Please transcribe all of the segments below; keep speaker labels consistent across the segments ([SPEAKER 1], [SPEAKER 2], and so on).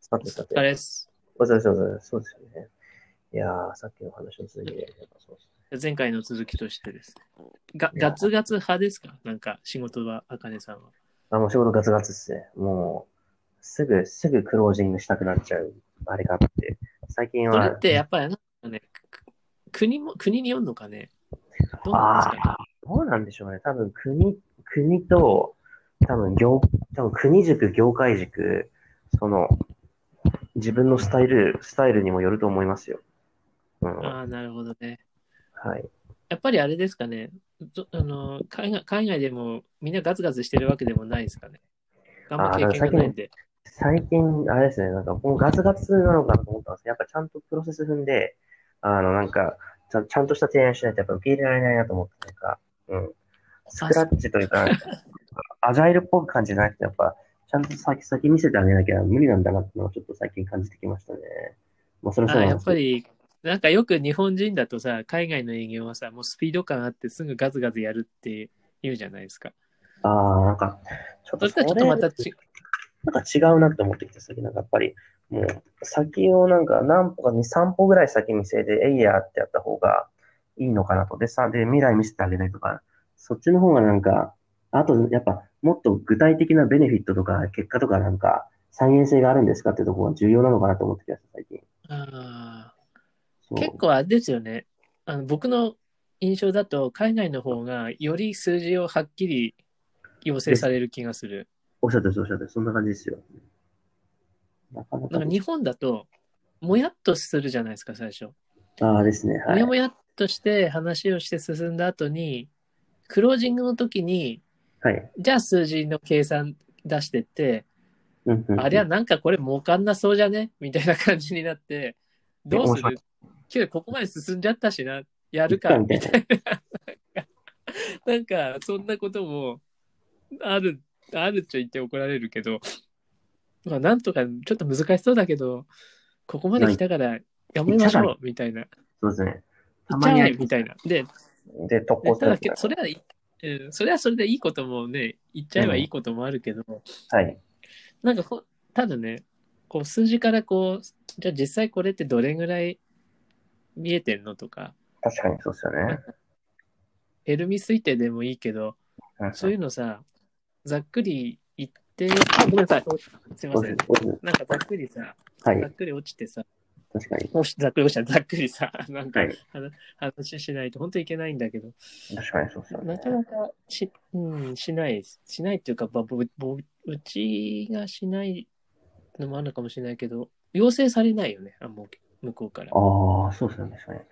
[SPEAKER 1] さて
[SPEAKER 2] お
[SPEAKER 1] さ
[SPEAKER 2] 疲
[SPEAKER 1] て。
[SPEAKER 2] れです。
[SPEAKER 1] お疲れ様です。そうですよね。いやー、さっきの話の続きで、やっぱそうですね
[SPEAKER 2] 前回の続きとしてですね。が
[SPEAKER 1] いや
[SPEAKER 2] ガツガツ派ですかなんか仕事は、あかねさんは。
[SPEAKER 1] あ、もう仕事ガツガツっすね。もう、すぐ、すぐクロージングしたくなっちゃう、あれがあって。最近
[SPEAKER 2] そ
[SPEAKER 1] は、
[SPEAKER 2] れってやっぱりなんかね、く国も、国によるのかね。どうなんですかね
[SPEAKER 1] ああ、どうなんでしょうね。多分国、国と、多分業、多分国塾、業界塾、その、自分のスタイル、スタイルにもよると思いますよ。うん。は
[SPEAKER 2] ああ、なるほどね。
[SPEAKER 1] い。
[SPEAKER 2] やっぱりあれですかね。どあの海外海外でもみんなガツガツしてるわけでもないですかね。あんま経験がないんで。
[SPEAKER 1] 最近、あれですね、なんか、もうガツガツなのかなと思ったんですけど、やっぱちゃんとプロセス踏んで、あの、なんか、ちゃんちゃんとした提案しないとやっぱ受け入れられないなと思って、なんか、うん。スクラッチと いうか、アジャイルっぽく感じじゃなくて、やっぱ、ちゃんと先、先見せてあげなきゃ無理なんだなってのをちょっと最近感じてきましたね。まあ、それはそう
[SPEAKER 2] ああ
[SPEAKER 1] な
[SPEAKER 2] や
[SPEAKER 1] んで
[SPEAKER 2] っ
[SPEAKER 1] すけ
[SPEAKER 2] ぱ
[SPEAKER 1] ど
[SPEAKER 2] り、なんかよく日本人だとさ、海外の営業はさ、もうスピード感あってすぐガツガツやるって言うじゃないですか。
[SPEAKER 1] ああ、なんか、ちょっ
[SPEAKER 2] そ
[SPEAKER 1] と
[SPEAKER 2] したらちょっとまたち、
[SPEAKER 1] なんか違うなって思ってきた先、なんかやっぱり、もう、先をなんか何歩か2、3歩ぐらい先見据えて、えいやーってやった方がいいのかなと。で、さ、で、未来見せてあげないとか、そっちの方がなんか、あと、やっぱ、もっと具体的なベネフィットとか、結果とかなんか、再現性があるんですかってところが重要なのかなと思ってきました、最近。
[SPEAKER 2] あ
[SPEAKER 1] そう
[SPEAKER 2] あ結構あれですよねあの。僕の印象だと、海外の方がより数字をはっきり要請される気がする。
[SPEAKER 1] おっしゃってる、おっしゃってる、そんな感じですよ。なかなか
[SPEAKER 2] なんか日本だと、もやっとするじゃないですか、最初。
[SPEAKER 1] ああですね、は
[SPEAKER 2] も
[SPEAKER 1] い
[SPEAKER 2] や。もやっとして話をして進んだ後に、クロージングの時に、
[SPEAKER 1] はい。
[SPEAKER 2] じゃあ数字の計算出してって、
[SPEAKER 1] うんうんうん
[SPEAKER 2] あれはなんかこれ儲かんなそうじゃねみたいな感じになって、どうす
[SPEAKER 1] 面
[SPEAKER 2] るけどここまで進んじゃったしな、やるか、
[SPEAKER 1] いっか
[SPEAKER 2] み
[SPEAKER 1] み
[SPEAKER 2] たい な。なんか、そんなことも、ある、あるっちゃ言って怒られるけど、まあなんとかちょっと難しそうだけど、ここまで来たからやめましょう、みたいな。
[SPEAKER 1] そうですね。
[SPEAKER 2] い
[SPEAKER 1] た
[SPEAKER 2] っち
[SPEAKER 1] ま
[SPEAKER 2] ゃ
[SPEAKER 1] に
[SPEAKER 2] え
[SPEAKER 1] あ
[SPEAKER 2] よ
[SPEAKER 1] り
[SPEAKER 2] みたいな。で、
[SPEAKER 1] で、特
[SPEAKER 2] で
[SPEAKER 1] 攻す
[SPEAKER 2] た
[SPEAKER 1] る
[SPEAKER 2] だ
[SPEAKER 1] やつ
[SPEAKER 2] け、それはいい、うん、それはそれでいいこともね、言っちゃえばいいこともあるけど、
[SPEAKER 1] はい。
[SPEAKER 2] なんかこう、ただね、こう数字からこう、じゃあ実際これってどれぐらい見えてんのとか、
[SPEAKER 1] 確かにそうですよね。
[SPEAKER 2] ヘルミ推定でもいいけど、
[SPEAKER 1] うん
[SPEAKER 2] そういうのさ、ざっくり言って、あ、ごめんなさい。すいま
[SPEAKER 1] そう
[SPEAKER 2] せ
[SPEAKER 1] で
[SPEAKER 2] ん
[SPEAKER 1] す。そうです
[SPEAKER 2] なんかざっくりさ、
[SPEAKER 1] はい
[SPEAKER 2] ざっ、くり落ちてさ、
[SPEAKER 1] 確かに。
[SPEAKER 2] もしざっくり落ちたらざっくりさ、 なんか
[SPEAKER 1] はい、
[SPEAKER 2] 話しないと本当いけないんだけど、
[SPEAKER 1] 確かにそうですよ
[SPEAKER 2] な
[SPEAKER 1] ね
[SPEAKER 2] か。なかし、うん、しないです、しないっていうか、まあ、ぼぼうちがしないのもあるのかもしれないけど、要請されないよね、あもう向こうから。
[SPEAKER 1] ああ、そうですよね。確かに。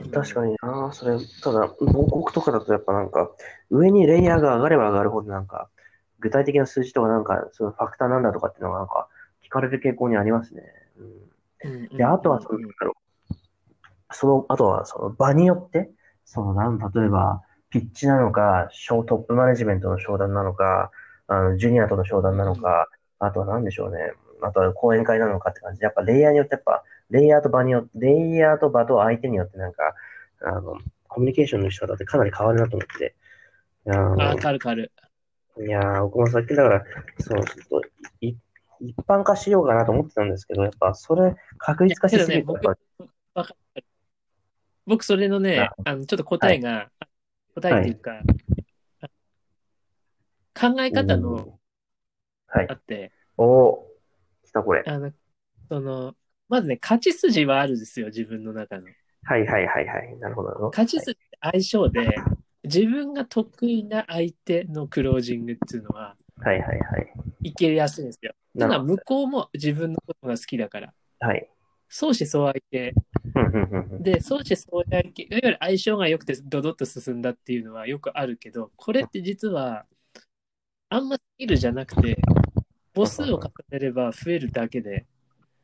[SPEAKER 1] え、確かにな、それ、ただ、報告とかだとやっぱなんか、上にレイヤーが上がれば上がるほどなんか、具体的な数字とかなんか、そのファクターなんだとかっていうのがなんか、聞かれる傾向にありますね。うん
[SPEAKER 2] うん
[SPEAKER 1] で、あとはその、
[SPEAKER 2] うん
[SPEAKER 1] あのその、あとはその場によって、その、なん、例えば、ピッチなのか、小トップマネジメントの商談なのか、あの、ジュニアとの商談なのか、あとは何でしょうね。あとは講演会なのかって感じで、やっぱレイヤーによって、やっぱ、レイヤーと場によって、レイヤーと場と相手によってなんか、あの、コミュニケーションの仕方ってかなり変わるなと思って。いやー
[SPEAKER 2] あ、かるかる。
[SPEAKER 1] いやー、僕もさっきだから、そう、ちょっと、い一般化しようかなと思ってたんですけど、やっぱ、それ、確率化しすぎると
[SPEAKER 2] いやけどね僕、それのね、あのちょっと答えが、答えっていうか、考え方の
[SPEAKER 1] はい
[SPEAKER 2] あ。って、
[SPEAKER 1] おおー、来たこれ。
[SPEAKER 2] あの、その、まずね、勝ち筋はあるんですよ、自分の中の。
[SPEAKER 1] はいはいはいはい。なるほどなるほど。
[SPEAKER 2] 勝ち筋って相性で、自分が得意な相手のクロージングっていうのは、
[SPEAKER 1] はいはいはい。
[SPEAKER 2] いけやすいんですよ。た
[SPEAKER 1] な
[SPEAKER 2] だ、
[SPEAKER 1] るほど
[SPEAKER 2] 向こうも自分のことが好きだから。
[SPEAKER 1] はい。
[SPEAKER 2] 相思相愛で、
[SPEAKER 1] うんうんうんうん
[SPEAKER 2] で、相思相愛系、いわゆる相性が良くてドドッと進んだっていうのはよくあるけど、これって実は、あんまスキルじゃなくて、母数を重ねれば増えるだけで、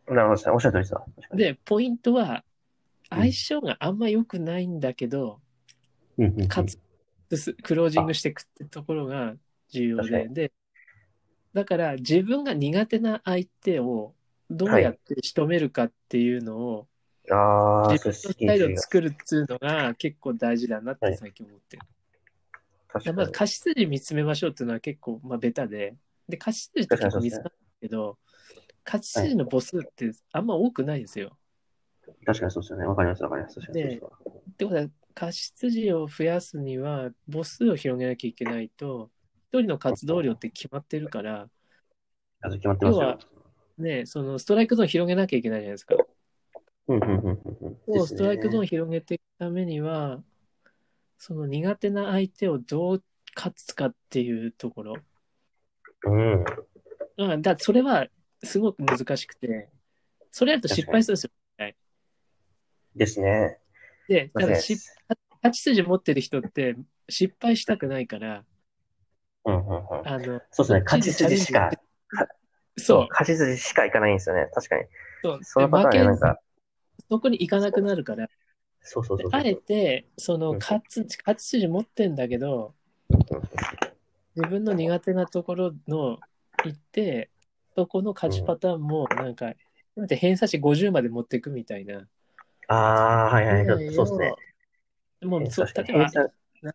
[SPEAKER 1] なるほどですね。おっしゃる通りですわ。確かに
[SPEAKER 2] で、ポイントは、
[SPEAKER 1] うん
[SPEAKER 2] 相性があんま良くないんだけど、
[SPEAKER 1] うんうんうん
[SPEAKER 2] かつ、すクロージングしていくってところが重要
[SPEAKER 1] 確
[SPEAKER 2] で、
[SPEAKER 1] か
[SPEAKER 2] で、だから自分が苦手な相手をどうやって仕留めるかっていうのを、
[SPEAKER 1] ああ、そう
[SPEAKER 2] 自分
[SPEAKER 1] です
[SPEAKER 2] のスタイルを作るっていうのが結構大事だなっ
[SPEAKER 1] は
[SPEAKER 2] て
[SPEAKER 1] い
[SPEAKER 2] 最近思ってる。
[SPEAKER 1] 確かに
[SPEAKER 2] まあ、貸し筋見つめましょうっていうのは結構、まあ、ベタで、で、貸し筋って結構見つかるけど、勝ち筋の母数ってあんま多くないんですよ。
[SPEAKER 1] 確かにそうですよね。わかります、わかります。確かにそうですわ
[SPEAKER 2] ってことは、勝ち筋を増やすには母数を広げなきゃいけないと、一人の活動量って決まってるから、
[SPEAKER 1] あと決まってます
[SPEAKER 2] 要
[SPEAKER 1] よ
[SPEAKER 2] は。ね、そのストライクゾーン広げなきゃいけないじゃないですか。
[SPEAKER 1] うん、うん、うんうん、うん。
[SPEAKER 2] をストライクゾーン
[SPEAKER 1] ン。
[SPEAKER 2] 広げていくためには、その苦手な相手をどう勝つかっていうところ。
[SPEAKER 1] うん。
[SPEAKER 2] うん、だそれはすごく難しくて、それやると失敗するんですよ。
[SPEAKER 1] ですね。
[SPEAKER 2] で、だから
[SPEAKER 1] 確
[SPEAKER 2] し勝ち筋持ってる人って失敗したくないから、
[SPEAKER 1] かにうん、うん、うん。
[SPEAKER 2] あの、
[SPEAKER 1] そうですね。勝ち筋しか、
[SPEAKER 2] そう、
[SPEAKER 1] 勝ち筋しかいかないんですよね。確かに。
[SPEAKER 2] そう、
[SPEAKER 1] その
[SPEAKER 2] で
[SPEAKER 1] パターンがなん
[SPEAKER 2] 負け
[SPEAKER 1] か、
[SPEAKER 2] そこに行かなくなるから、
[SPEAKER 1] そうそうそうそう。
[SPEAKER 2] あえて、そうの
[SPEAKER 1] ん
[SPEAKER 2] 勝つ、勝ち筋持ってんだけど、
[SPEAKER 1] うん
[SPEAKER 2] 自分の苦手なところの行って、そこの勝ちパターンも、なんか、なんて偏差値50まで持っていくみたいな。
[SPEAKER 1] ああ、はいはい。そうですね。
[SPEAKER 2] もう、そう
[SPEAKER 1] 確か
[SPEAKER 2] 例
[SPEAKER 1] に
[SPEAKER 2] えば
[SPEAKER 1] 偏、差